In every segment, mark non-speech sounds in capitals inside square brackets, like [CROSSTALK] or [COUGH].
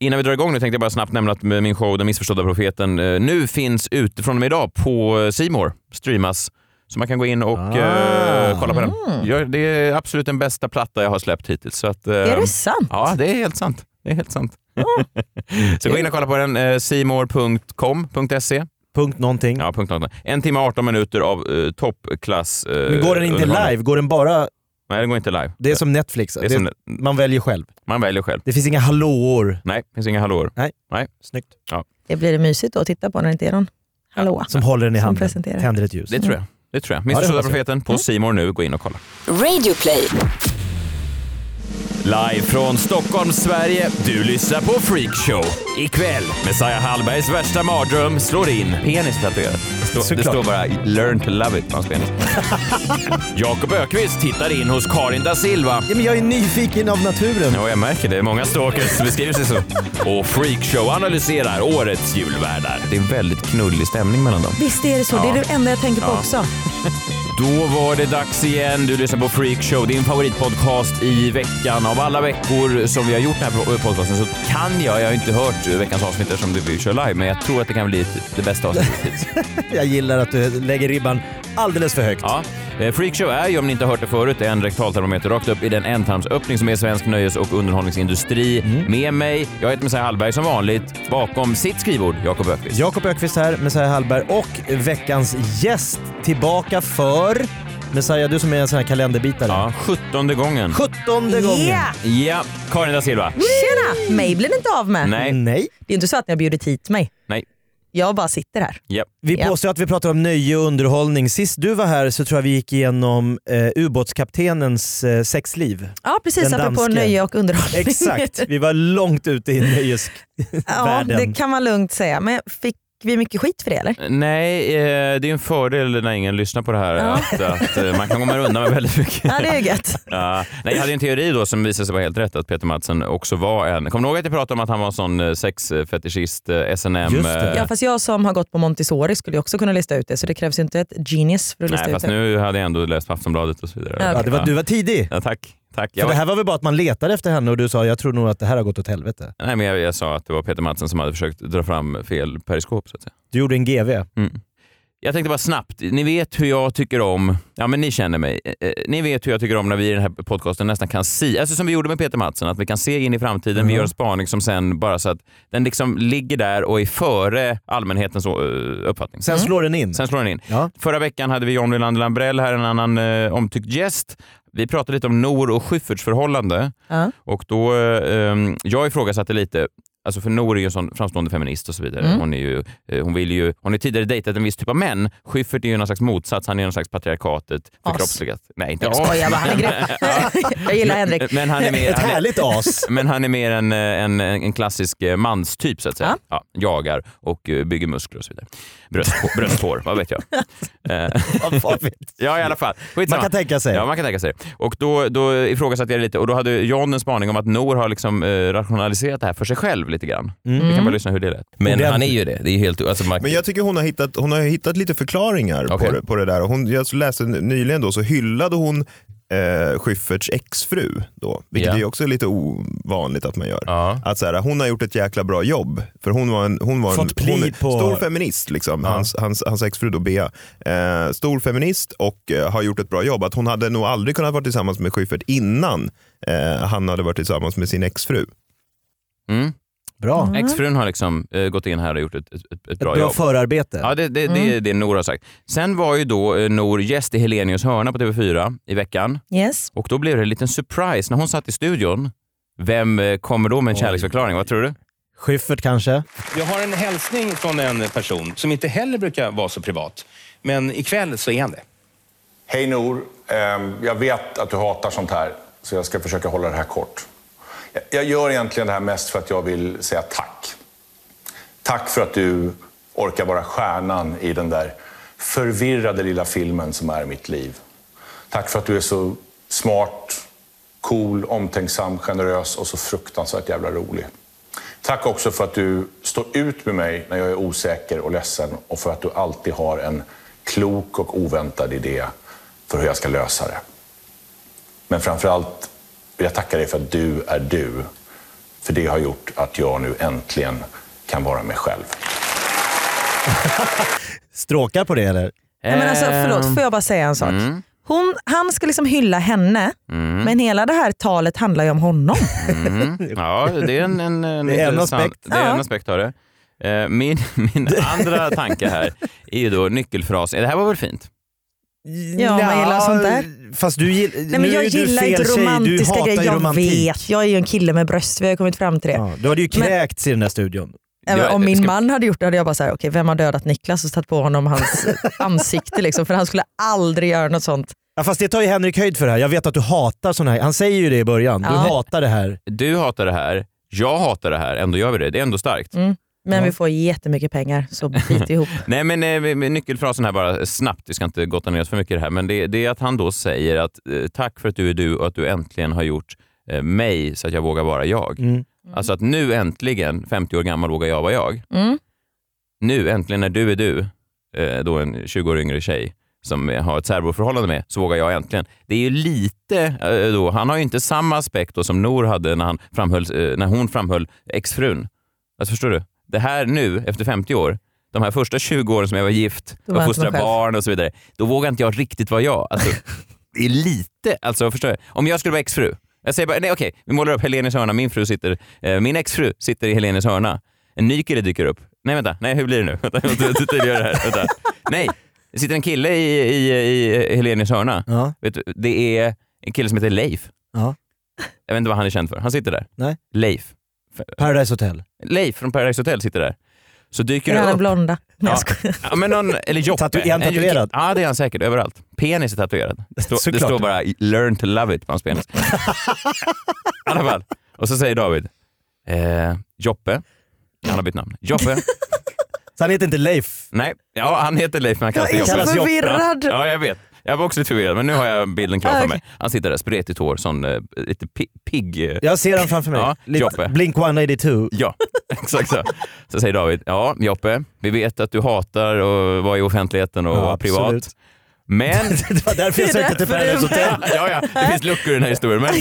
Innan vi drar igång nu tänkte jag bara snabbt nämna att min show Den missförstådda profeten eh, nu finns ute från och med idag på eh, Simor. streamas. Så man kan gå in och Ah. eh, kolla på den. Mm. Ja, det är absolut den bästa platta jag har släppt hittills. Så att, eh, Är det sant? Ja, det är helt sant. Det är helt sant. Ah. [LAUGHS] så gå in och kolla på den, eh, simor.com.se. Punkt någonting. Ja, punkt något. En timme och 18 minuter av eh, toppklass. eh, Men går den inte underhållning. live? Går den bara... Nej, den går inte live. Det är som Netflix. Det är Det- som- Man väljer själv. Man väljer själv. Det finns inga hallåor. Nej, det finns inga hallåor. Snyggt. Det blir mysigt då att titta på när det inte är någon hallå. Som håller den i Som handen. presenterar. Tänder ett ljus. Det tror jag. Det tror jag. Mm. Ja, det Missförstådda hoppas jag. Mm. profeten på Simor nu. Gå in och kolla. Radioplay. Live från Stockholm, Sverige. Du lyssnar på Freakshow. Ikväll, Messiah Hallbergs värsta mardröm slår in. Penis tatuerad. Det, står- det Såklart. står bara “Learn to love it” på hans penis. [LAUGHS] Jakob Ökvist tittar in hos Karin da Silva. Ja, men jag är nyfiken av naturen. Ja, jag märker det. Många stalkers beskriver sig så. Och Freakshow analyserar årets julvärdar. Det är en väldigt knullig stämning mellan dem. Visst är det så, det är det enda jag tänker på också. Då var det dags igen. Du lyssnar på Freakshow, din favoritpodcast i veckan. Av alla veckor som vi har gjort den här podcasten så kan jag, jag har inte hört veckans avsnitt eftersom vi kör live, men jag tror att det kan bli det bästa avsnittet hittills. Jag gillar att du lägger ribban alldeles för högt. Ja. Eh, Freakshow är ju, om ni inte har hört det förut, en rektaltermometer rakt upp i den ändtarmsöppning som är svensk nöjes och underhållningsindustri. Med mig, jag heter Messiah Hallberg som vanligt, bakom sitt skrivbord, Jakob Öqvist. Jakob Ökvist här, Messiah Hallberg och veckans gäst tillbaka för... Messiah, du som är en sån här kalenderbitare. Ja, sjuttonde gången. Sjuttonde gången. Yeah! Ja, Karin da Silva. Tjena! Mig blir ni inte av med. Nej, Nej. Det är inte så att ni har bjudit hit mig. nej, Jag bara sitter här. ja. Vi Ja. påstår att vi pratar om nöje och underhållning. Sist du var här så tror jag vi gick igenom eh, ubåtskaptenens eh, sexliv. Ja precis, Den apropå danske. nöje och underhållning. Exakt, vi var långt ute i [LAUGHS] ja, nöjesvärlden. det kan man lugnt säga. Men fick vi mycket skit för det eller? Nej, eh, det är en fördel när ingen lyssnar på det här Ja. att, att eh, man kan komma undan med väldigt mycket. [LAUGHS] Ja det är gött. Ja. Nej, jag hade ju en teori då som visade sig vara helt rätt, att Peter Madsen också var en... Kommer ni ihåg att jag pratade om att han var en sån eh, sexfetischist, eh, S&M Just det. eh, Ja, fast jag som har gått på Montessori skulle ju också kunna lista ut det så det krävs ju inte ett genius för att lista Nej, ut fast det. nu hade jag ändå läst på Aftonbladet och så vidare. Ja, ja, det var, du var tidig. Ja, tack. tack. För Jag, det här var väl bara att man letade efter henne och du sa jag tror nog att det här har gått åt helvete. nej, men jag, jag sa att det var Peter Madsen som hade försökt dra fram fel periskop. Så att säga. Du gjorde en GV. Jag tänkte bara snabbt, ni vet hur jag tycker om, ja men ni känner mig, Eh, eh, ni vet hur jag tycker om när vi i den här podcasten nästan kan se, alltså som vi gjorde med Peter Madsen, att vi kan se in i framtiden, vi gör en spaning som sen bara så att den liksom ligger där och är före allmänhetens eh, uppfattning. Mm. Sen slår den in. Sen slår den in. Ja. Förra veckan hade vi John Wilander Lambrell här, en annan eh, omtyckt gäst. Vi pratade lite om Nor och Schyfferts förhållande. Ja. Och då, eh, um, jag ifrågasatte lite, alltså för Nour är ju en sån framstående feminist och så vidare. Hon, är ju, eh, hon, vill ju, hon har tidigare dejtat en viss typ av män. Schyffert är ju någon slags motsats, han är någon slags patriarkatet förkroppsligat. Nej, inte Jag as. skojar bara, han är grym. [LAUGHS] jag gillar Henrik. Men han är mer, [LAUGHS] Ett han är, härligt as. men han är mer en, eh, en, en klassisk eh, manstyp så att säga. Ja, jagar och eh, bygger muskler och så vidare. Bröst, brösthår, vad vet jag. Eh, [LAUGHS] Vad fan vet jag. Ja i alla fall. Skitsamma. Man kan tänka sig. Ja man kan tänka sig. Och då, då ifrågasatte jag det lite och då hade John en spaning om att Nour har liksom, eh, rationaliserat det här för sig själv lite grann. Vi kan bara lyssna hur det lät. Men Ordentligt. han är ju det. Det är ju helt... Alltså, man, Men jag tycker hon har hittat, hon har hittat lite förklaringar Okej. på, det, på det där. Hon, jag läste nyligen då så hyllade hon eh, Schyfferts exfru då, vilket Ja. är ju också lite ovanligt att man gör. Ja. Att så här, hon har gjort ett jäkla bra jobb, för hon var en, hon var en, Fått pli hon är på- stor feminist, liksom. hans, hans, hans exfru då Bea. Eh, stor feminist och eh, har gjort ett bra jobb. Att hon hade nog aldrig kunnat vara tillsammans med Schyffert innan eh, han hade varit tillsammans med sin exfru. Mm. Bra. Ett Exfrun har liksom eh, gått in här och gjort ett, ett, ett, bra bra, jobb. förarbete. Ja, det, det, Mm. det är det Nour har sagt. Sen var ju då eh, Nour gäst i Helenius hörna på TV4 i veckan Yes. och då blev det en liten surprise när hon satt i studion. Vem eh, kommer då med en kärleksförklaring? Vad tror du? Schyffert kanske. Jag har en hälsning från en person som inte heller brukar vara så privat. Men ikväll så är han det. Hej Nor, Ehm, jag vet att du hatar sånt här, så jag ska försöka hålla det här kort. Jag- Jag gör egentligen det här mest för att jag vill säga tack. Tack för att du orkar vara stjärnan i den där förvirrade lilla filmen som är mitt liv. Tack för att du är så smart, cool, omtänksam, generös och så fruktansvärt jävla rolig. Tack också för att du står ut med mig när jag är osäker och ledsen och för att du alltid har en klok och oväntad idé för hur jag ska lösa det. Men framför allt vill jag tacka dig för att du är du För det har gjort att jag nu äntligen kan vara mig själv. Stråkar på det eller? Nej, men alltså, förlåt, Ehm, Eh, får jag bara säga en sak? mm. Hon, han ska liksom hylla henne, men hela det här talet handlar ju [LAUGHS] om honom. Ja, det är en, en, en Typ. Det är en intressant- aspekt. Det är en Ja. aspekt av det. Eh, Min, [LAUGHS] min andra tanke här är ju då nyckelfrasen. Det här var väl fint? Ja, man gillar sånt där. Fast du gill, Nej, men nu jag är ju du gillar fel inte tjej, du romantiska hatar grejer. ju Jag romantik. vet, jag är ju en kille med bröst. Vi har ju kommit fram till det. Ja, du hade ju Men- kräkts i den där studion. Även Jag- om min ska- man hade gjort det hade jag bara såhär, okej vem har dödat Niklas och satt på [LAUGHS] honom hans ansikte liksom. För han skulle aldrig göra något sånt. Ja, fast det tar ju Henrik höjd för det här. Jag vet att du hatar sån här. Han säger ju det i början. Du Ja. hatar det här. Du hatar det här, jag hatar det här, ändå gör vi det. Det är ändå [LAUGHS] starkt. Men vi får jättemycket pengar så [LAUGHS] bit ihop. Nej, men eh, med- med nyckelfrasen här bara eh, snabbt, vi ska inte gotta ner oss för mycket i det här, men det, det är att han då säger att eh, tack för att du är du och att du äntligen har gjort eh, mig så att jag vågar vara jag. Mm. Alltså att nu äntligen, 50 år gammal, vågar jag vara jag. Mm. Nu äntligen när du är du, eh, då en 20 år yngre tjej som jag har ett särboförhållande med, så vågar jag äntligen. Det är ju lite eh, då, han har ju inte samma aspekt då som Nor hade när, han framhöll, eh, när hon framhöll exfrun. Alltså förstår du? Det här nu, efter 50 år, de här första 20 åren som jag var gift, Då var och jag inte fostrade mig själv. barn och så vidare, då vågar inte jag riktigt vara jag. [LAUGHS] Alltså, det är lite, alltså förstår jag? Om jag skulle vara exfru, jag säger bara, nej okej, vi målar upp Helenius hörna, min fru sitter, eh, min exfru sitter i Helenius hörna. En ny kille dyker upp. Nej vänta, nej hur blir det nu? [LAUGHS] Vänta, jag måste tydliggöra det här. Vänta. Nej, det sitter en kille i, i, i Helenius hörna. Ja. Vet du, det är en kille som heter Leif. Ja. Jag vet inte vad han är känd för. Han sitter där. Nej. Leif. Paradise Hotel. Leif från Paradise Hotel sitter där. Så dyker Är det han upp. blonda? Nej, jag skojar. Ja, men någon, eller Joppe. Tatu- är han En- tatuerad? Ja, det är han säkert. Överallt. Penis är tatuerad. Det, står- det Såklart. står bara “learn to love it” på hans [LAUGHS] penis. I alla fall. Och så säger David, eh, Joppe, han har bytt namn. Joppe, Så han heter inte Leif. nej, ja han heter Leif men han kallas Jag för Joppe. är kallas så Joppa. förvirrad. Ja, jag vet. Jag var också lite förvirrad, men nu har jag bilden klar för Okej. mig. Han sitter där, spretigt hår, sån eh, lite pi- pigg... eh, Jag ser han framför mig. Ja, Lite Joppe. Blink 182. Ja, [LAUGHS] exakt så. Så säger David, ja Joppe, vi vet att du hatar att vara i offentligheten och Ja, vara privat. absolut. Men... [LAUGHS] Det var därför jag Det är sökte till därför du är Paradise Hotel. ja, ja, det finns luckor i den här historien. Men...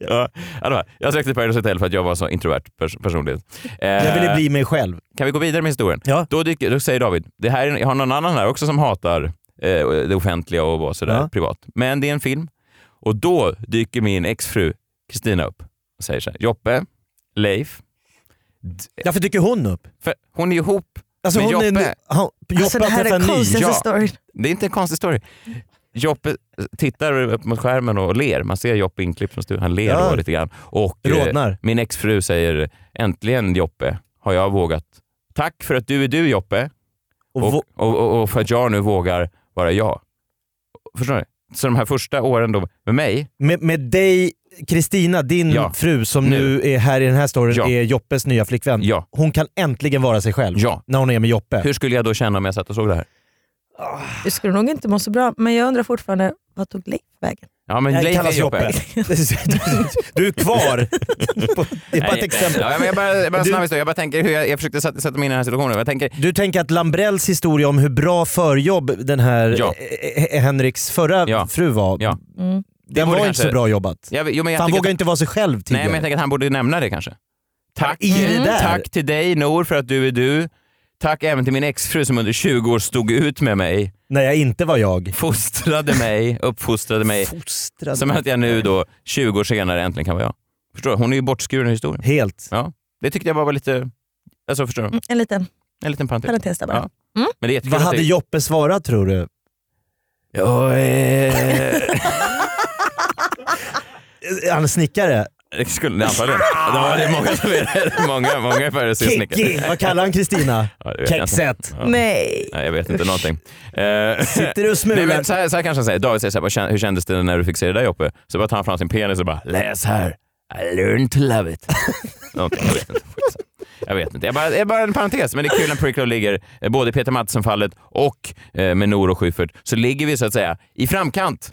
ja, alltså, jag sökte till Paradise Hotel för att jag var så introvert pers personlighet. Eh, Jag ville bli mig själv. Kan vi gå vidare med historien? Ja. Då, dyker, då säger David, det här är, jag har någon annan här också som hatar eh, det offentliga och vara sådär Ja. privat. Men det är en film. Och då dyker min exfru Kristina upp och säger så här, Joppe, Leif, Därför dyker hon upp. för hon är ihop Alltså med hon Joppe. är nu, han, Joppe Alltså det här har är träffat en ny. konstigaste Ja. storyn. Det är inte en konstig story. Joppe tittar upp mot skärmen och ler. Man ser Joppe inklippt från studion. Han ler Ja. då lite grann. Och eh, Rodnar. min exfru säger äntligen Joppe har jag vågat. Tack för att du är du Joppe Och och, vå- och, och, och för att jag nu vågar vara jag. Förstår ni? Så de här första åren då med mig, med, med dig, Kristina, din Ja. fru som Nu. nu. är här i den här storyn, Ja. är Joppes nya flickvän. ja. Hon kan äntligen vara sig själv ja. när hon är med Joppe. Hur skulle jag då känna om jag satt och såg det här? Du skulle nog inte må så bra, men jag undrar fortfarande, vad tog Leif vägen? Ja, men Nej, Leif är kallas Joppe. [LAUGHS] du [LAUGHS] är kvar. Det är bara ett Nej, exempel. Ja, men jag bara, bara en Du- snabb historia. Jag bara tänker hur jag, jag försökte sätta, sätta mig in i den här situationen. Jag tänker, Du tänker att Lambrells historia om hur bra förjobb den här Ja. eh, eh, Henriks förra Ja. fru var, Ja. Mm. den var borde inte kanske- så bra jobbat. jag, jo, men jag För han tycker- vågar inte vara sig själv Nej, tidigare. men jag tänker att han borde nämna det kanske. Tack, I det där. tack till dig Nor för att du är du. Tack även till min exfru som under 20 år stod ut med mig, När jag inte var jag. fostrade mig, uppfostrade mig. Fostrad. Som att jag nu då, 20 år senare, äntligen kan vara jag. Förstår du? Hon är ju bortskuren i historien. Helt. Det tyckte jag bara var lite... Alltså förstår du? Mm, en liten En liten parentes. parentes där bara. Mm. Ja. Men det är jättekul Vad att hade det- Joppe svarat tror du? Ja, eh, Eh, Han är snickare? det skulle ni antagligen. Ja, det är många som är det. Många, många är Kicki! födelsedagssnickare. Vad kallar han Kristina? [LAUGHS] Ja, det vet jag inte. Kexet. Ja. Nej. Nej, jag vet inte någonting. Eh, Sitter du och Nej, men smular? så, här, så här kanske han säger. David säger så här, "Vad kän- hur kändes det när du fick se det där Joppe? Så bara tar han fram sin penis och bara, läs här. I learned to love it. Någonting, jag vet inte. Skitsamma. Jag vet inte. Jag bara, det är bara en parentes, men det är kul när Pricklow ligger, eh, både i Peter Madsen-fallet och eh, med Nour och Schyffert, så ligger vi så att säga i framkant.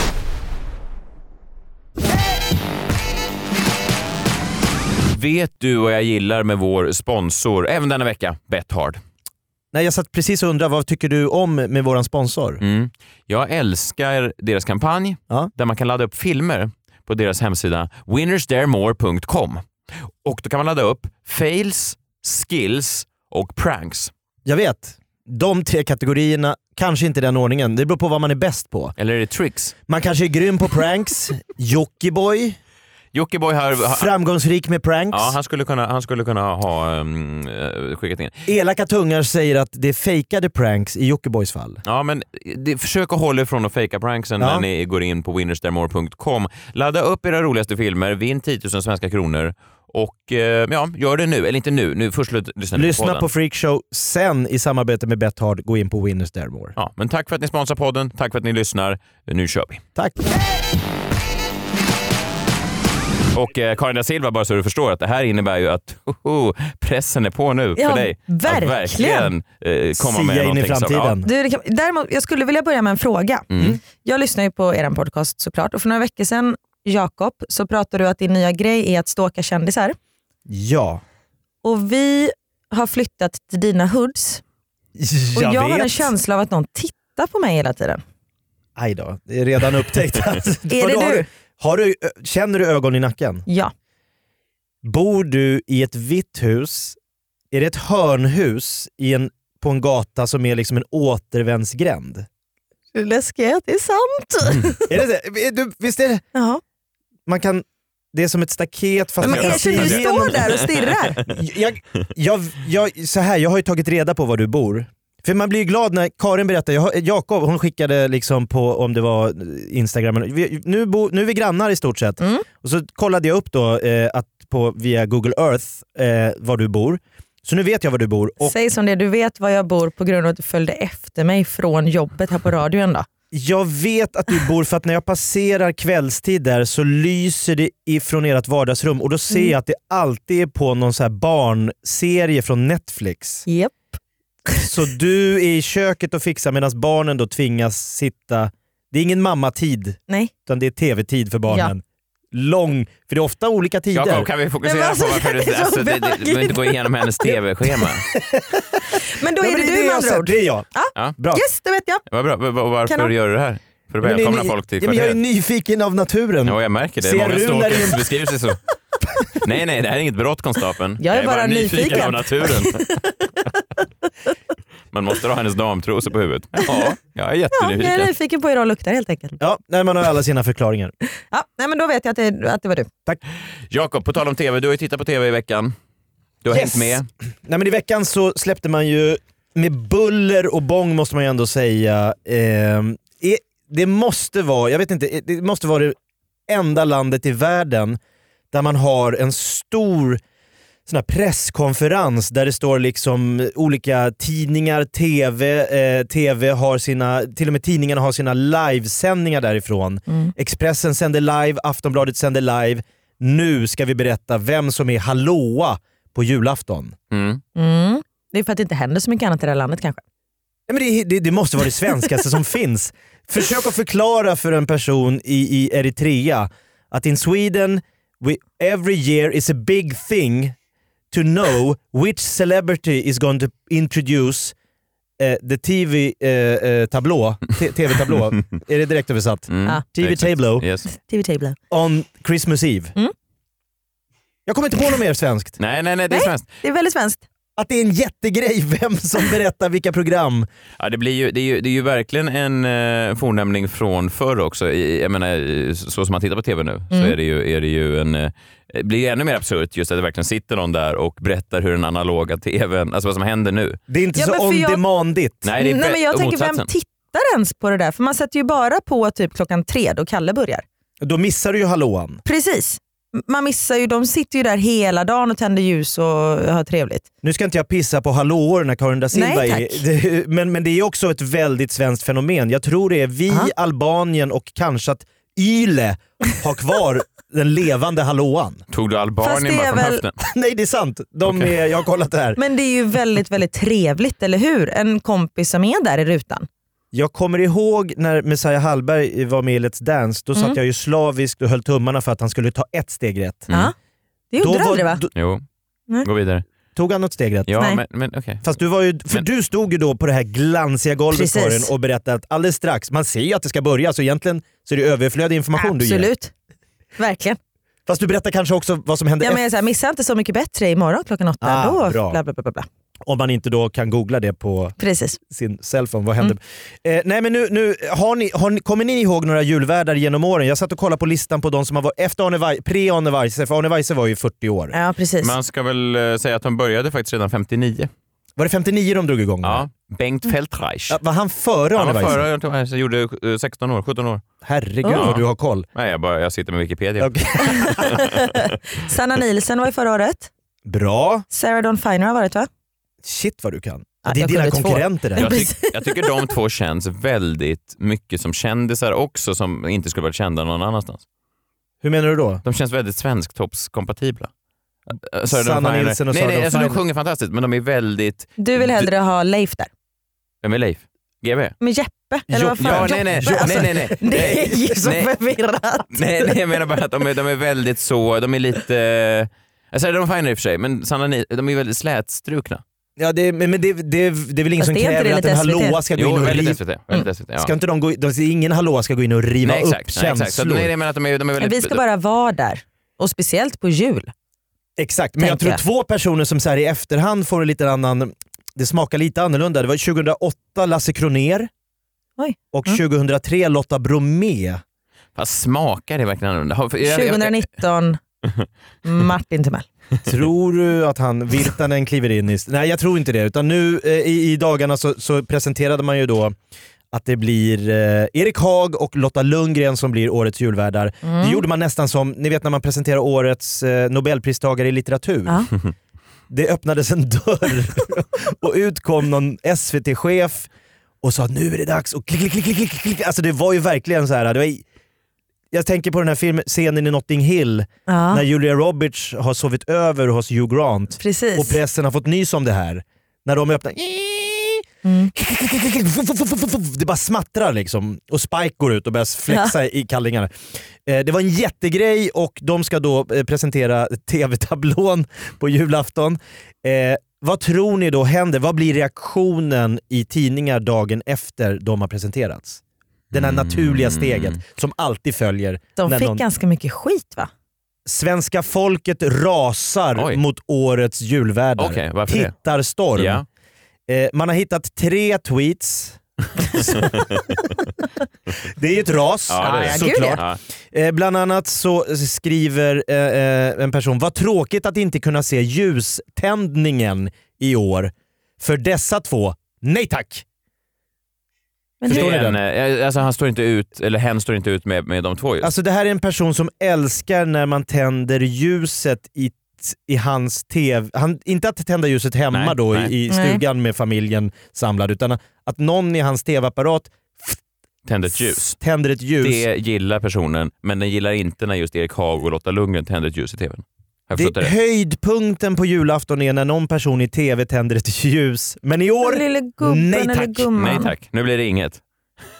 Vet du vad jag gillar med vår sponsor, även denna vecka, Bethard? Nej, jag satt precis och undrade vad tycker du om med våran sponsor? Mm. Jag älskar deras kampanj Ja. där man kan ladda upp filmer på deras hemsida winnersdaremore.com. Och då kan man ladda upp fails, skills och pranks. Jag vet. De tre kategorierna, kanske inte i den ordningen. Det beror på vad man är bäst på. Eller är det tricks? Man kanske är grym på pranks, jockeyboy, Jockiboi har... har framgångsrik med pranks. ja, han skulle kunna, han skulle kunna ha um, eh, skickat in. Elaka tungar säger att det är fejkade pranks i Jockibois fall. Ja, men det, försök att hålla ifrån att fejka pranksen Ja. när ni går in på winnersdaremore.com. Ladda upp era roligaste filmer, vinn 10 000 svenska kronor och eh, ja, gör det nu. Eller inte nu, nu först lyssna, Lyssna podden. på Freakshow, sen i samarbete med Bethard gå in på Winners Daremore. Ja, men tack för att ni sponsrar podden, tack för att ni lyssnar. Nu kör vi. Tack! Och eh, Karin da Silva, bara så du förstår att det här innebär ju att hoho, pressen är på nu Ja, för dig. verkligen. Att verkligen eh, komma Sia med in i någonting som- Mm. framtiden. Mm. Du, det kan, däremot, jag skulle vilja börja med en fråga. Jag lyssnar ju på er podcast såklart och för några veckor sedan, Jakob, så pratade du att din nya grej är att stalka kändisar. Ja, Och vi har flyttat till dina hoods och jag, jag har en vet. känsla av att någon tittar på mig hela tiden. Aj då, det är redan upptäckt. [LAUGHS] Alltså, Är det har du? Har du, ö, känner du ögon i nacken? Ja. Bor du i ett vitt hus? Är det ett hörnhus i en, på en gata som är liksom en återvändsgränd? Det läskiga är att det är sant. är det det? Är du, visst är det? Ja. Man kan, det är som ett staket fast Men man kan se erkänn, du igenom. står där och stirrar. jag, jag, jag, så här, jag har ju tagit reda på var du bor. För man blir ju glad när Karin berättar, jag, har- Jakob hon skickade liksom på om det var Instagram, eller- vi, nu, bo, nu är vi grannar i stort sett. Mm. Och så kollade jag upp då eh, att på, via Google Earth eh, var du bor. Så nu vet jag var du bor. [LAUGHS] Och Säg som det är, du vet var jag bor på grund av att du följde efter mig från jobbet här på radion. Då. jag vet att du bor för att när jag passerar kvällstid där så lyser det ifrån ert vardagsrum och då ser Mm. jag att det alltid är på någon så här barnserie från Netflix. Yep. Så du är i köket och fixar medan barnen då tvingas sitta... Det är ingen mammatid, Nej. utan det är tv-tid för barnen. Lång, för det är ofta olika tider. Jakob, kan vi Nej, fokusera men alltså, på varför det du... är så Alltså, det, det, du behöver inte gå igenom [LAUGHS] hennes TV-schema. Men då Nej, är men det, är du med jag andra sett, ord. Det är jag. Ja. Bra. Yes, det vet jag. Vad bra. Var- var- Varför Kanon. gör du det här? För att Men det är välkomna ny- folk till ja, men jag är kvarteret. nyfiken av naturen. Ja, jag märker det. Ser Många du när det är- stalkers beskriver sig så. Nej, nej, det här är inget brott konstapeln. Jag är bara nyfiken. av naturen. [LAUGHS] Man måste ha hennes damtrosor på huvudet. Ja, jag är Ja, jag är jättenyfiken. nyfiken på hur de luktar helt enkelt. Ja, nej, man har alla sina förklaringar. Ja, nej, men då vet jag att det, att det var du. Jakob, på tal om TV. Du har ju tittat på TV i veckan. Du har Yes. hängt med. Nej, men I veckan så släppte man ju, med buller och bång måste man ju ändå säga, ehm, e- det måste vara, jag vet inte, e- det måste vara det enda landet i världen där man har en stor sån här presskonferens där det står liksom olika tidningar, TV, eh, TV har sina, till och med tidningarna har sina livesändningar därifrån. Expressen sänder live, Aftonbladet sänder live. Nu ska vi berätta vem som är hallåa på julafton. Mm. Mm. Det är för att det inte händer så mycket annat i det här landet kanske. Nej, men det, det, det måste vara det svenskaste [LAUGHS] som finns. Försök att förklara för en person i, i Eritrea att in Sweden we, every year is a big thing to know which celebrity is going to introduce eh, the TV eh, eh, tablå, T- [LAUGHS] TV-tablå, är det direkt översatt? Ja. TV Exakt. tableau mm. Yes. TV Table. on Christmas Eve. Mm. Jag kommer inte på något mer svenskt. Nej, nej, nej, det är Nej. svenskt. Det är väldigt svenskt. Att det är en jättegrej vem som berättar vilka program. Ja, det, blir ju, det, är ju, det är ju verkligen en eh, fornämning från förr också. I, jag menar, i- så som man tittar på TV nu så Mm. är det ju, är det ju en... Eh, det blir ju ännu mer absurt just att det verkligen sitter någon där och berättar hur den analoga TVn, alltså vad som händer nu. Det är inte Ja, men så för jag- on-demandigt. Nej, det är Nej, men jag pre- tänker, vem motsatsen. tittar ens på det där? För man sätter ju bara på typ klockan tre då Kalle börjar. Då missar du ju hallåan. Precis. Man missar ju, de sitter ju där hela dagen och tänder ljus och har trevligt. Nu ska inte jag pissa på hallåor när Karin da Silva Nej, tack. är det, men, men det är också ett väldigt svenskt fenomen. Jag tror det är vi, Ja. [LAUGHS] Albanien och kanske att Yle har kvar den levande hallåan. Tog du all barn Fast in det bara är från väl- höften? [LAUGHS] Nej, det är sant. De är, jag har kollat det här. Men det är ju väldigt, väldigt trevligt, eller hur? En kompis som är där i rutan. Jag kommer ihåg när Messiah Hallberg var med i Let's Dance, då satt jag ju slaviskt och höll tummarna för att han skulle ta ett steg rätt. Mm. Ja. Det gjorde Då du var- aldrig va? då- Jo. Nej. Gå vidare. Tog han något steg rätt? Ja, Nej. men, men okej. Fast du var ju, för Men- du stod ju då på det här glansiga golvet Precis. Karin och berättade att alldeles strax, man ser ju att det ska börja så egentligen så är det överflödig information du ger. Absolut. Verkligen. Fast du berättar kanske också vad som händer Ja, men jag säger, missa inte Så mycket bättre imorgon klockan åtta. Ah, då, bra. bla, bla, bla, bla, bla. efter- om man inte då kan googla det på Precis. sin cellphone. Vad händer? Mm. Eh, nej men nu, nu har ni, har ni, kommer ni ihåg några julvärdar genom åren? Jag satt och kollade på listan på de som har varit efter Arne Weise, pre-Arne Weise, för Arne Weise var ju 40 år. Ja, precis. Man ska väl eh, säga att de började faktiskt redan 59. Var det 59 de drog igång? med? Ja. Bengt Mm. Feldreich. Ja, var han före Arne Han var Weise? före jag tror jag, så gjorde eh, 16 år, 17 år. Herregud Ja. vad du har koll. Nej, jag, bara, jag sitter med Wikipedia. Okej. [LAUGHS] Sanna Nielsen var ju förra året. Bra. Sarah Dawn Finer har varit va? Shit vad du kan. Ja, det är jag dina kunde två. konkurrenter där. Jag, tyck- jag tycker de två känns väldigt mycket som kändisar också som inte skulle varit kända någon annanstans. Hur menar du då? De känns väldigt svensktoppskompatibla. Äh, Sarah Sanna Dawn Finer- Nielsen och nej, Sarah nej, Dawn alltså, de Finer. sjunger fantastiskt men de är väldigt... Du vill hellre ha Leif där. Vem är Leif? GB? Med Jeppe? Eller vad Joppe. fan? Ja, nej, nej, Joppe, alltså, nej, nej, nej. [LAUGHS] Det är ju så Nej. förvirrat. Nej, nej, jag menar bara att de är, de är väldigt så, de är lite... eh, Jag säger de är fina i och för sig, men Sanna, ni, de är väldigt slätstrukna. Ja, det, men men det, det, det är väl ingen Fast som det är inte kräver det att en lite SVT? hallåa ska gå Jo, in och riva... väldigt SVT. Väldigt SVT ja. Ska inte de gå, de, ingen hallåa ska gå in och riva nej, upp exakt, nej, känslor. exakt. Så, nej, jag menar att de är, de är väldigt... Vi ska bara vara där. Och speciellt på jul. Exakt, men jag tänker tror jag. två personer som så här i efterhand får en liten annan... Det smakar lite annorlunda. Det var 2008 Lasse Kroner Oj. Mm. och 2003 Lotta Bromé. Fast smakar det verkligen annorlunda? Har- för- jag- jag- 2019, Martin Timell. Tror du att han Virtanen kliver in i... Nej, jag tror inte det. Utan nu eh, i, i dagarna så, så presenterade man ju då att det blir eh, Erik Haag och Lotta Lundgren som blir årets julvärdar. Mm. Det gjorde man nästan som, ni vet när man presenterar årets eh, nobelpristagare i litteratur. Ja. Det öppnades en [LAUGHS] dörr och ut kom någon SVT-chef och sa nu är det dags och klick, klick, klick, klick, klick, klick. Alltså det var ju verkligen så här. Det var, i- jag tänker på den här filmen, scenen i Notting Hill när Ja, Julia Roberts har sovit över hos Hugh Grant och precis. pressen har fått nys om det här. När de öppnar... Mm. Det bara smattrar liksom. Och Spike går ut och börjar flexa i kallingarna. Eh, Det var en jättegrej och de ska då eh, presentera tv-tablån på julafton. Eh, Vad tror ni då händer? Vad blir reaktionen i tidningar dagen efter de har presenterats? Det här naturliga steget som alltid följer. De när fick någon- ganska mycket skit va? Svenska folket rasar Oj. mot årets julvärdar. Okej, varför det? Tittarstorm. Ja. Eh, man har hittat tre tweets. [LAUGHS] det är ju ett ras, Ja, det är det. såklart. Ja. Eh, bland annat så skriver eh, eh, en person, vad tråkigt att inte kunna se ljuständningen i år. För dessa två, nej tack! Men Det Förstår är ni en, den? eh, alltså, han står inte ut, eller hen står inte ut med, med de två ju. Alltså det här är en person som älskar när man tänder ljuset i, t- i hans tv. Han, inte att tända ljuset hemma Nej, då nej. i i Nej. stugan med familjen samlad, utan att någon i hans tv-apparat tänder ett ljus. tänder ett ljus. Det gillar personen, men den gillar inte när just Erik Haag och Lotta Lundgren tänder ett ljus i tvn. Har jag förstått det Det, [LAUGHS] rätt? höjdpunkten på julafton är när någon person i tv tänder ett [LAUGHS] ljus, men i år, Den lille gubben Nej, eller tack. gumman. Nej tack, nu blir det inget. inte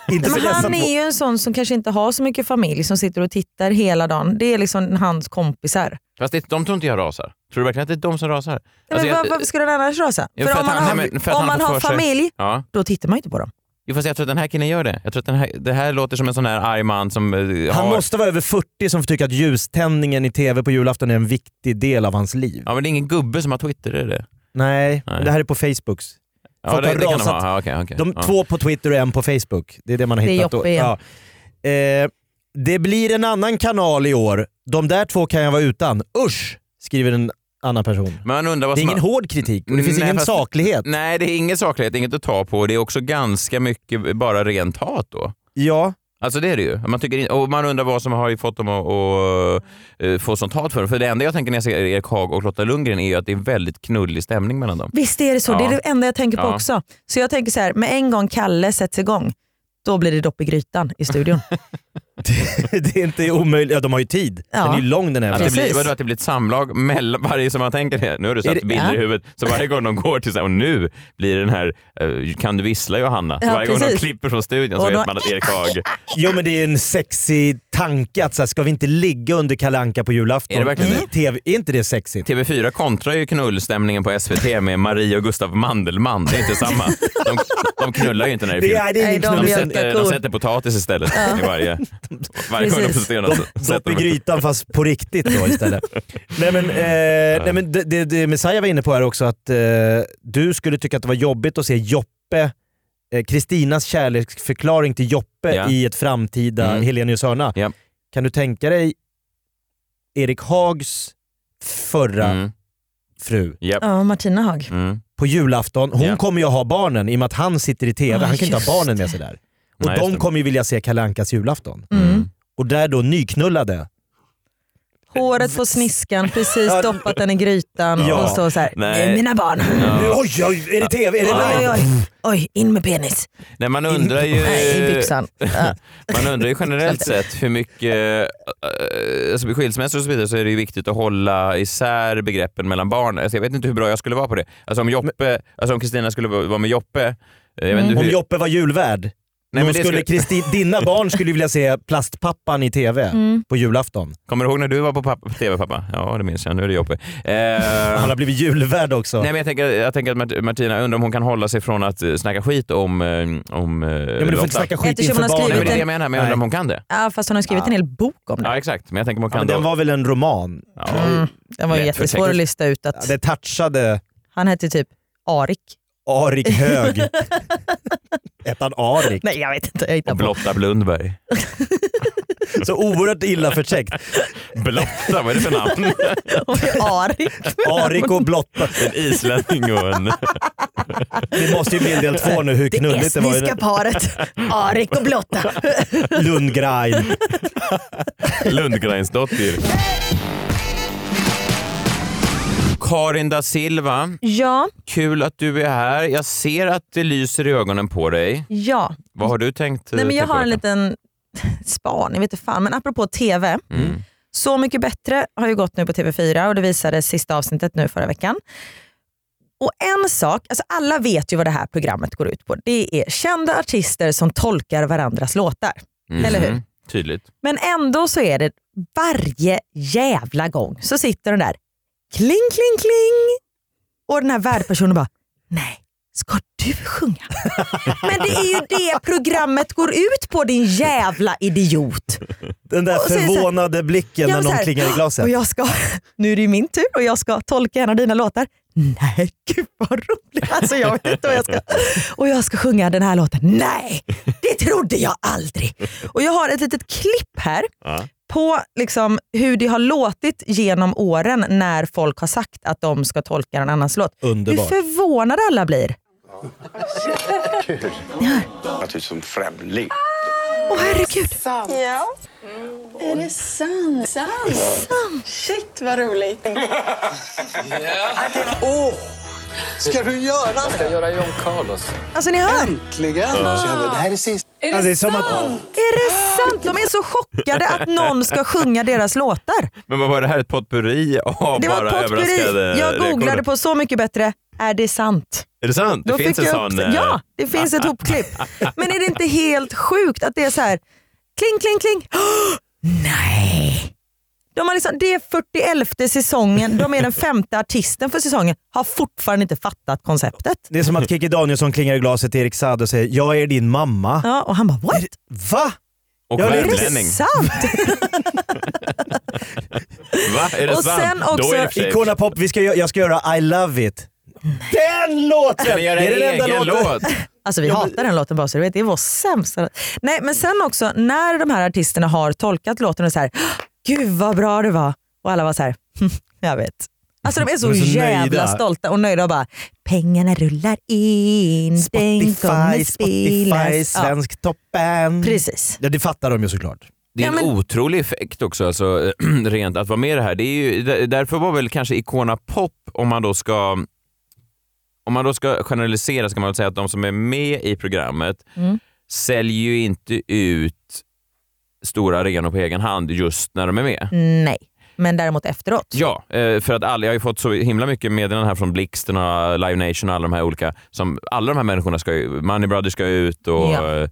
Nej, för men dessa han alltså, två. är ju en sån som kanske inte har så mycket familj som sitter och tittar hela dagen. Det är liksom hans kompisar. Fast det, de tror inte jag rasar. Tror du verkligen att det är de som rasar? Nej, Alltså, men jag- var, varför skulle den annars rasa? Ja, för, för om att han- man har, nej, men för att om han man får har för sig- familj, ja. då tittar man ju inte på dem. Jo, fast jag tror att den här killen gör det. Jag tror att den här, det här låter som en sån här arg man som eh, Han har... måste vara över 40 som får tycka att ljuständningen i tv på julafton är en viktig del av hans liv. Ja men det är ingen gubbe som har Twitter, är det Nej, Nej. det här är på Facebooks. Folk ja, har det? det kan de rasat. ha. Ja, okej, okej. De ja. två på Twitter och en på Facebook. Det är det man har Det är hittat. Joppe igen. Ja. Eh, det blir en annan kanal i år. De där två kan jag vara utan. Usch! Skriver en annan person. Men man undrar vad Det är som ingen hård kritik och det finns Nej, ingen fast- saklighet. Typ. Nej, det är ingen saklighet, inget att ta på. Det är också ganska mycket bara rent hat då. Ja, Alltså det är det ju. Man, tycker, in- och man undrar vad som har fått dem att, att eh, få sånt hat för dem. För det enda jag tänker när jag ser Erik Haag och Lotta Lundgren är ju att det är en väldigt knullig stämning mellan dem. Visst är det så, det är Ja. det enda jag tänker på Ja. också. [LAUGHS] Så jag tänker så här, med en gång Kalle sätts igång, då blir det dopp i grytan i studion. [LAUGHS] det är inte omöjligt. Ja, de har ju tid. Ja. Den är ju lång den här Att det Precis. blir, vadå, att det blir ett samlag mellan varje som man tänker det. Nu har du satt Är det- bilder Ja. i huvudet. Så varje gång de går till så här, och nu blir den här eh, Kan du vissla Johanna? Så Ja, varje gång de precis. klipper från studion så Och då- vet man att Erik Haag... Jo men det är en sexy tanke att så här, ska vi inte ligga under kalanka på julafton? Är det verkligen I TV, är inte det sexigt? TV4 kontrar ju knullstämningen på SVT med Marie och Gustav Mandelmann. Det är inte samma. De, de knullar ju inte när det är Det film. är, liksom- det är ingen Nej, de De knull. gör- sätter, de Cool. sätter potatis istället. I varje varje gång de Precis. presterar De- så Dopp i sätter de... grytan fast på riktigt då istället. [LAUGHS] nej men, eh, nej, men det, det, det Messiah var inne på här också att eh, du skulle tycka att det var jobbigt att se Joppe, eh, Kristinas kärleksförklaring till Joppe Ja. i ett framtida Mm. Helenius hörna. Ja. Kan du tänka dig Erik Hags förra Mm, fru japp, Ja, Martina Haag. mm. på julafton. Hon Ja. kommer ju ha barnen i och med att han sitter i TV. Ja, han kan inte just ha barnen med sig där. Och Nej, just de det. kommer ju vilja se Kalle Ankas julafton. Mm. Och där då nyknullade. Håret på sniskan, precis Ja. doppat den i grytan Ja. och står så här. Nej. "Eh, Mina barn. Ja. Oj, oj, är det TV? Är det Oj, oj, live? oj. oj, in med penis. Nej, man undrar ju... Nej, [LAUGHS] i byxan. Ja. Man undrar ju generellt sett hur mycket, eh, alltså vid skilsmässor och så vidare så är det ju viktigt att hålla isär begreppen mellan barn. Alltså jag vet inte hur bra jag skulle vara på det. Alltså om Joppe, alltså om Kristina skulle vara med Joppe. eh, Jag vet inte Mm, Om hur, Joppe var julvärd. men då det skulle skulle- Kristin, dina barn skulle ju vilja se Plastpappan i TV Mm. på julafton. kommer du ihåg när du var på pappa, TV pappa? Ja det minns jag, nu är det Joppe. Han Eh, har blivit julvärd också. Nej, men jag, tänker, jag tänker att Mart- Martina, undrar om hon kan hålla sig från att eh, snacka skit om, eh, om eh, ja, men du får inte Lotta. snacka skit Eftersom inför hon har barnen. Nej, men det är det Nej. jag menar, men jag undrar om hon kan det. Ja, fast hon har skrivit en hel bok om det. Ja exakt, men jag tänker om hon Ja, kan men då. den var väl en roman? ja. Mm. Den var ju Lätt för jättesvår att säkert. lista ut Ja, att Det touchade han hette typ Arik. Arik Hög. [LAUGHS] Ettan Arik. Nej jag vet inte, jag hittar Och på. [LAUGHS] Blotta Blundberg. Så oerhört illa förtäckt. Blotta, vad är det för namn? [LAUGHS] Arik. Arik och Blotta. [LAUGHS] En islänning och en... Det måste ju bli en del två nu hur knulligt det var. i den- paret Arik och Blotta. Lundgren. Lundgrensdottir. Karin da Silva, [LAUGHS] Ja, kul att du är här. Jag ser att det lyser i ögonen på dig. ja. Vad har du tänkt? eh, Nej, men jag tänka har en på? liten spaning, vet inte fan. Men apropå TV. Mm. Så mycket bättre har ju gått nu på TV4 och det visades sista avsnittet nu förra veckan. Och en sak, alltså alla vet ju vad det här programmet går ut på. Det är kända artister som tolkar varandras låtar. Mhm. Eller hur? Tydligt. Men ändå så är det varje jävla gång så sitter den där kling, kling, kling och den här värdpersonen bara nej, ska du sjunga? Men det är ju det programmet går ut på din jävla idiot. Den där Och så är det så här- förvånade blicken när Ja, men så någon här, klingar i Och glaset. jag ska, [LAUGHS] nu är det ju min tur och jag ska tolka en av dina låtar. Nej, gud vad roligt. Alltså jag vet inte vad jag ska... [LAUGHS] Och jag ska sjunga den här låten. Nej, det trodde jag aldrig. Och jag har ett litet klipp här Ja. på liksom hur det har låtit genom åren när folk har sagt att de ska tolka en annans låt. Hur Underbart. förvånade alla blir. låtit ut som främling. Åh herregud. Mm. Är det sant? Sant? Shit, vad [LAUGHS] roligt. Ska du göra Mm. det? Alltså ni hör. Äntligen! Kände, Det här är sista. Ja, det är som att Är det sant? De är så chockade att någon ska sjunga deras låtar. Men vad var det här? Ett potpurri av Det var bara överraskade potpurri. Jag reaktioner? googlade på Så mycket bättre. Är det sant? Är det sant? Då det finns fick en jag sån... upp- eh, Ja, det [LAUGHS] finns ett hopklipp. Men är det inte helt sjukt att det är så här kling, kling, kling. [GASPS] Nej! De har liksom, det är 41 säsongen, de är den femte artisten för säsongen, har fortfarande inte fattat konceptet. Det är som att Kikki Danielsson klingar i glaset till Erik Saade och säger “Jag är din mamma”. Ja, och han bara what? Va? Och Ja, det är Är det värmlänning. sant? Va? Är det Och sant? sen Då också- är det för sig- Icona Pop, vi ska, gö- jag ska göra I love it. Den låten! Kan vi göra Det är den en enda egen låten- låt? Alltså vi hatar den låten bara så du vet, det är vår sämsta. Nej men sen också när de här artisterna har tolkat låten och så här, gud vad bra det var. Och alla var så här, "Hm, jag vet. Alltså de är så, De är så jävla nöjda. stolta och nöjda och bara, pengarna rullar in, den kommer [LAUGHS] Spotify, Spotify, spelas. Ja, svensk toppen. precis. Ja, det fattar de ju såklart. Det är Ja, en men- otrolig effekt också, alltså, [CLEARS THROAT] rent att vara med i det här. Det är ju, där- därför var väl kanske Icona Pop, om man då ska om man då ska generalisera så kan man väl säga Mm. att de som är med i programmet säljer ju inte ut stora arenor på egen hand just när de är med. Nej, men däremot efteråt. Ja, eh, för att alla, jag har ju fått så himla mycket meddelanden här från Blixten och Live Nation och alla de här olika. Som, alla de här människorna ska ju, Money Brothers ska ut och Ja. eh,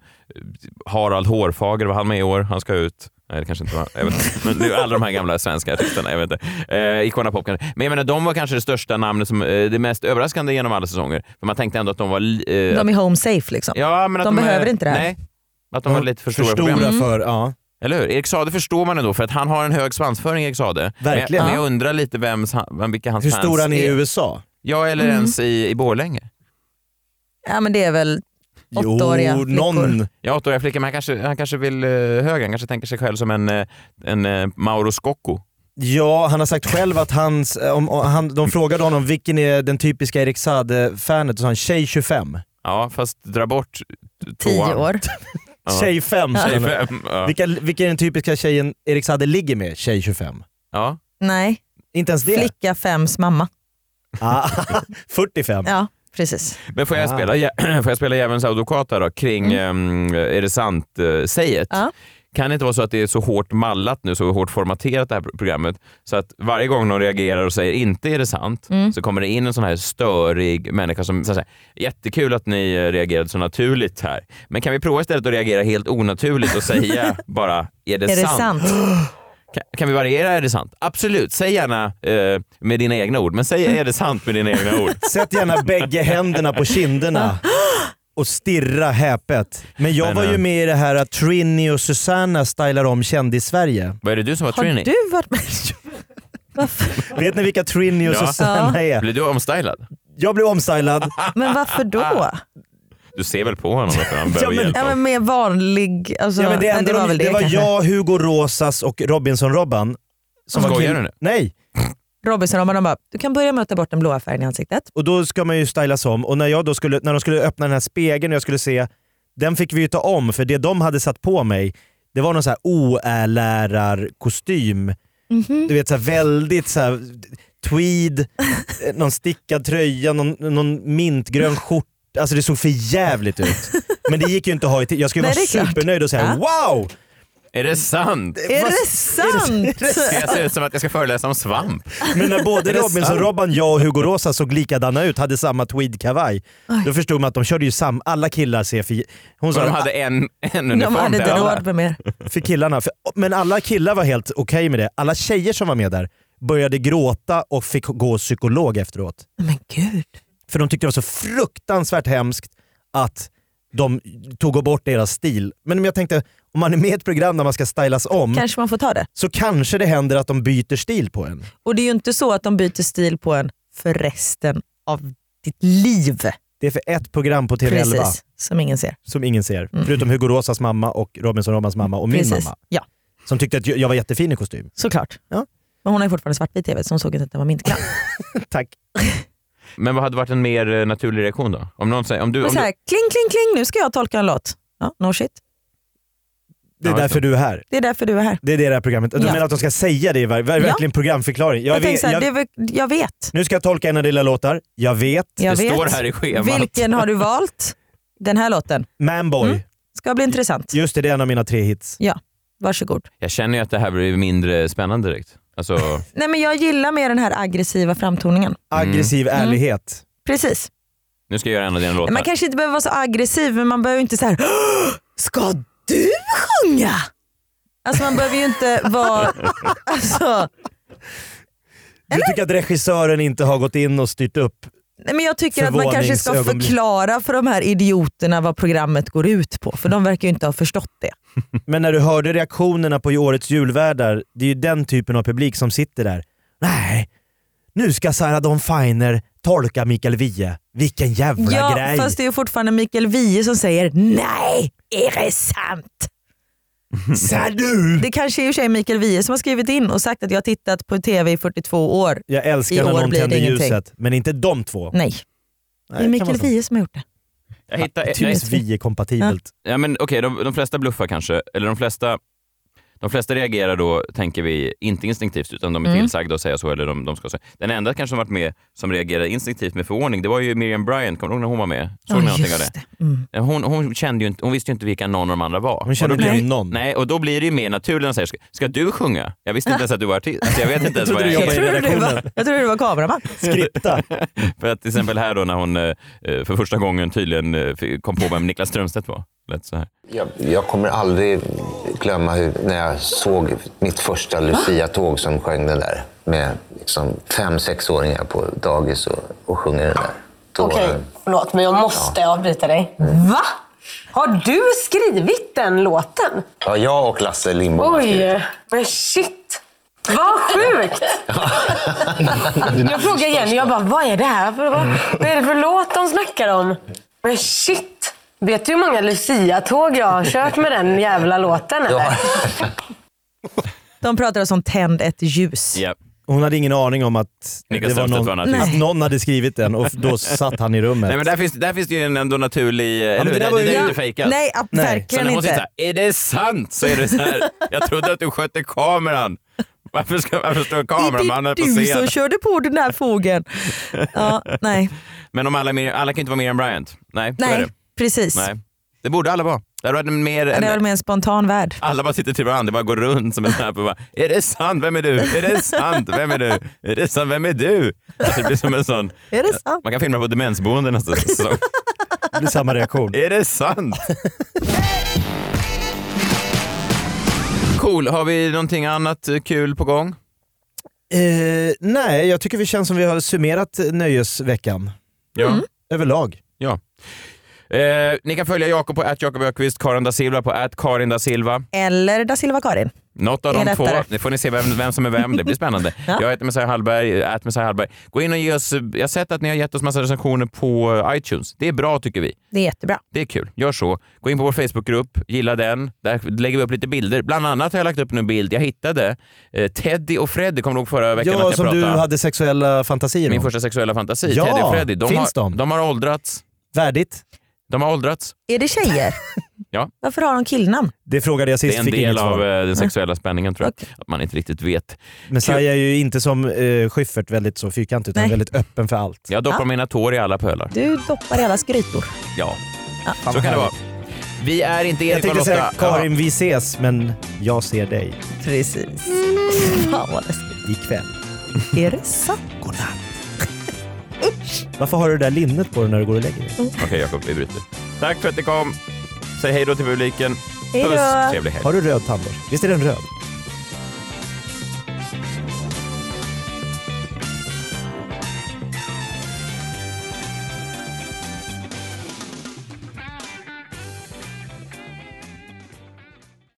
Harald Hårfager var han med i år, han ska ut. Nej det kanske inte var, jag vet inte. Men nu, alla de här gamla svenska artisterna, jag vet inte. Eh, Icona Pop kanske. Men jag menar de var kanske det största namnet, som, eh, det mest överraskande genom alla säsonger. För man tänkte ändå att de var... li- Eh, De är home safe liksom. Ja, men att de, de är- behöver inte det här. Nej. Att de var lite för stora, problem. Mm. för, ja. Eller hur? Erik Sade förstår man ändå för att han har en hög svansföring Erik Sade. Verkligen. Men jag, men jag undrar lite vems, han- vem, vilka hans Hur fans stor han är i är. USA? Ja, eller Mm. ens i, i Borlänge. Ja, men det är väl Jo, åttaåriga flickor. någon. Ja, åttaåriga flickor, men han kanske, han kanske vill eh, högre. Han kanske tänker sig själv som en, eh, en eh, Mauro Scocco. Ja, han har sagt själv att hans, om, om, han, de frågade honom vilken är den typiska Erik Saade-fanet och sa han tjej 25. Ja, fast dra bort t- Tio tvåan. år. Ja. Tjej 5 sa Tjej han. fem, ja. Vilka, vilka är den typiska tjejen Erik Saade ligger med? Tjej 25. ja. [LAUGHS] Nej, Inte ens det? flicka fems mamma. Ah, [LAUGHS] 45. Ja, precis. Men får jag Ah. spela, djä- [CLEARS THROAT] får jag spela djävulens advokat här då, kring ehm, är det sant-säget? Mm. Ja. Kan det inte vara så att det är så hårt mallat nu, så hårt formaterat det här programmet, så att varje gång någon reagerar och säger inte är det sant, Mm. så kommer det in en sån här störig människa som så här, jättekul att ni eh, reagerade så naturligt här, men kan vi prova istället att reagera helt onaturligt och [LAUGHS] säga bara är det är det sant? sant? Kan, kan vi variera är det sant? Absolut, säg gärna eh, med dina egna ord, men säg är det sant med dina egna [LAUGHS] ord. Sätt gärna bägge händerna på kinderna Ah. och stirra häpet. Men jag Men, var ju eh, med i det här att Trini och Susanna stylar om kändis-Sverige. Vad är det du som var Har Trini? du varit med? [LAUGHS] Varför? Vet ni vilka Trini och Ja. Susanna är? Blir du omstylad? Jag blev omstylad. Men varför då? Du ser väl på honom att [LAUGHS] han Ja, behöver men- hjälp? Ja, men mer vanlig. Alltså, Ja, men det, nej, enda det var de, väl det, det, var kanske. jag, Hugo Rosas och Robinson-Robban. som var Skojar kill- du nu? Nej, Robinson Robban de bara, du kan börja med att ta bort den blåa färgen i ansiktet. och då ska man ju stylas om. Och när, jag då skulle, när de skulle öppna den här spegeln och jag skulle se, den fick vi ju ta om för det de hade satt på mig, det var någon så här OÄ-lärarkostym. Mhm. Du vet så här, väldigt så här, [LAUGHS] tweed, eh, någon stickad tröja, någon, någon mintgrön skjorta. Alltså det såg för jävligt ut. Men det gick ju inte att ha i t- Jag skulle Nej, vara det är klart. supernöjd och säga wow! Är det sant? [LAUGHS] Är Eh, Vad- [LAUGHS] det sant? Ska jag se ut som att jag ska föreläsa om [LAUGHS] svamp? Men när både Robinson-Robban, jag och Hugo Rosa såg likadana ut, hade samma tweedkavaj, då förstod man att de körde ju sam... Alla killar ser för... Hon Och sa de hade en, en uniform De hade till inte alla. råd med mer. för killarna. För, men alla killar var helt okej med det. Alla tjejer som var med där började gråta och fick gå hos psykolog efteråt. Men gud. För de tyckte det var så fruktansvärt hemskt att de tog bort deras stil. Men jag tänkte, om man är med i ett program där man ska stylas om, Kanske man får ta det. så kanske det händer att de byter stil på en. Och det är ju inte så att de byter stil på en för resten av ditt liv. Det är för ett program på TV11. Precis, som ingen ser. som ingen ser. Förutom Hugo Rosas mamma och Robinson Robans mamma och min Mm. Precis. mamma. Ja, Som tyckte att jag var jättefin i kostym. såklart. Ja. Men hon har ju fortfarande svartvit tv så hon såg inte att den [LAUGHS] var mintgrön. Tack. Men vad hade varit en mer eh, naturlig reaktion då? Om någon säger... Om du, Men om så här, du, kling, kling, kling, nu ska jag tolka en låt. Ja, no shit. Det är Ja, därför du är här. Det är därför du är här. Det är det det här programmet. Du Ja. menar att de ska säga det i var- var- Ja. verkligen programförklaring. Jag Jag, tänkte vet, så här, jag, det är väl, jag vet. Nu ska jag tolka en av dina låtar. Jag vet. Jag det vet. står här i schemat. Vilken har du valt? Den här låten. Manboy. Mm. Ska bli intressant. Just det, det är en av mina tre hits. Ja, varsågod. Jag känner ju att det här blir mindre spännande direkt. Alltså, Nej, men jag gillar mer den här aggressiva framtoningen. Aggressiv Mm. ärlighet. Precis. nu ska jag göra en av dina låtar. Man kanske inte behöver vara så aggressiv, men man behöver ju inte så här. "Åh, Ska du sjunga? Alltså man behöver [LAUGHS] ju inte vara... Alltså, Du tycker att regissören inte har gått in och styrt upp. nej, men jag tycker att man kanske ska Förvåningsögonblick. förklara för de här idioterna vad programmet går ut på, för de verkar ju inte ha förstått det. Men när du hörde reaktionerna på årets julvärdar, det är ju den typen av publik som sitter där. Nej, nu ska Sarah Dawn Finer tolka Mikael Wiehe. Vilken jävla Ja, grej. fast det är ju fortfarande Mikael Wiehe som säger nej, är det sant? [LAUGHS] Sa du? Det kanske är i och för sig Mikael Wiehe som har skrivit in och sagt att jag har tittat på tv i 42 år. Jag älskar I när år någon blir det tänder ingenting. ljuset, men inte de två. Nej, det är kan Mikael vara så. Wiehe som har gjort det. jag hittar, Typiskt nej, vi är kompatibelt. ja, men, okej, de, de flesta bluffar kanske, eller de flesta De flesta reagerar då, tänker vi, inte instinktivt utan de är Mm. tillsagda att säga så eller de, de ska säga. Den enda kanske som varit med som reagerade instinktivt med förvåning, det var ju Miriam Bryant. Kommer du ihåg när hon var med? Såg ni någonting av det? Hon, hon, kände ju inte, hon visste ju inte vilka någon av de andra var. Hon kände inte igen någon. Nej, och då blir det ju mer naturligt att säga, ska, ska du sjunga? Jag visste inte ens att du var artist. Alltså, jag vet inte ens vad jag Jag trodde du var, jag trodde du var kameraman. Skripta. För att till exempel här då när hon eh, eh, för första gången tydligen eh, fick- kom på vem Niklas Strömstedt var. Lät så här. Jag, jag kommer aldrig glömma hur, när jag såg mitt första Lucia-tåg som sjöng den där med liksom fem, sexåringar på dagis och, och sjunger den där. Då, Okej, förlåt, men jag måste avbryta dig. Va? Har du skrivit den låten? Ja, jag och Lasse Lindbom. Oj, men shit! Vad [LAUGHS] sjukt! Jag frågar igen, jag bara, vad är det här? För, vad, vad är det för låt de snackar om? Men shit! Vet du hur många Lucia-tåg jag har kört med den jävla låten? Eller? De pratade som tänd ett ljus. Hon hade ingen aning om att, Niklas det var Strömstedt någon, var en artist. att någon hade skrivit den och [LAUGHS] då satt han i rummet. Nej men där finns, där finns det ju en ändå naturlig... Ja, men eller, det, det där det, var det, ju- är ju Ja, inte fejkat. nej, ab- Nej. så verkligen när hon inte. sitter Så här, är det sant? Så är det så här. Jag trodde att du skötte kameran. Varför, ska, varför står kameramannen på Du som scen? körde på den [LAUGHS] där fogen. Ja, nej. Men om alla, Miriam- alla kan ju inte vara Miriam Bryant. Nej, så Nej, är det. precis. Nej. Det borde alla vara. Där hade mer Det är väl en, mer en spontan värld. alla bara sitter till varandra, bara går runt som en sån här på bara, Är det sant? Vem är du? Är det sant? Vem är du? Är det sant? Vem är du? Alltså, det blir som en sån... Är det sant? Man kan filma på demensboende nästa säsong. Det blir samma reaktion. Är det sant? Cool. Har vi någonting annat eh, kul på gång? Eh, nej, jag tycker vi känns som vi har summerat nöjesveckan. Ja. Mm. Överlag. Ja. Eh, ni kan följa Jakob på att Jakob Ökvist, Karin da Silva på att Karin da Silva. Eller da Silva-Karin. Något av Det är de två. lättare. Nu får ni se vem, vem som är vem. Det blir spännande. [LAUGHS] Ja. Jag heter Messiah Hallberg, eh, att Messiah Hallberg. Gå in och ge oss... Jag har sett att ni har gett oss massa recensioner på eh, iTunes. Det är bra tycker vi. Det är jättebra. Det är kul. Gör så. Gå in på vår Facebookgrupp, gilla den. Där lägger vi upp lite bilder. Bland annat har jag lagt upp en bild jag hittade. Eh, Teddy och Freddy, kommer du ihåg förra veckan att Ja, jag som pratade? du hade sexuella fantasier Min om. första sexuella fantasi, Ja, Teddy och Freddy. De finns har, de? de har åldrats. Värdigt. De har åldrats. Är det tjejer? Ja. Varför har de killnamn? Det frågade jag sist, Det är en fick del inget av svar. eh, den sexuella spänningen tror jag. Att man inte riktigt vet. Messiah är ju inte som eh, Schyffert väldigt så fyrkantig utan Nej. väldigt öppen för allt. Jag doppar Ja. mina tår i alla pölar. Du doppar i alla skrytor. Ja, Ja. så kan det vara. Vi är inte Jag Erik och tänkte säga Lotta. Karin vi ses men jag ser dig Precis. Fan vad läskigt. ikväll. Är det sant? Varför har du det där linnet på dig när du går och lägger dig? Okej Jakob, vi bryter. Tack för att ni kom. Säg hej då till publiken. Hej då. Puss, trevlig helg. Har du röd tandborste? Visst är den röd?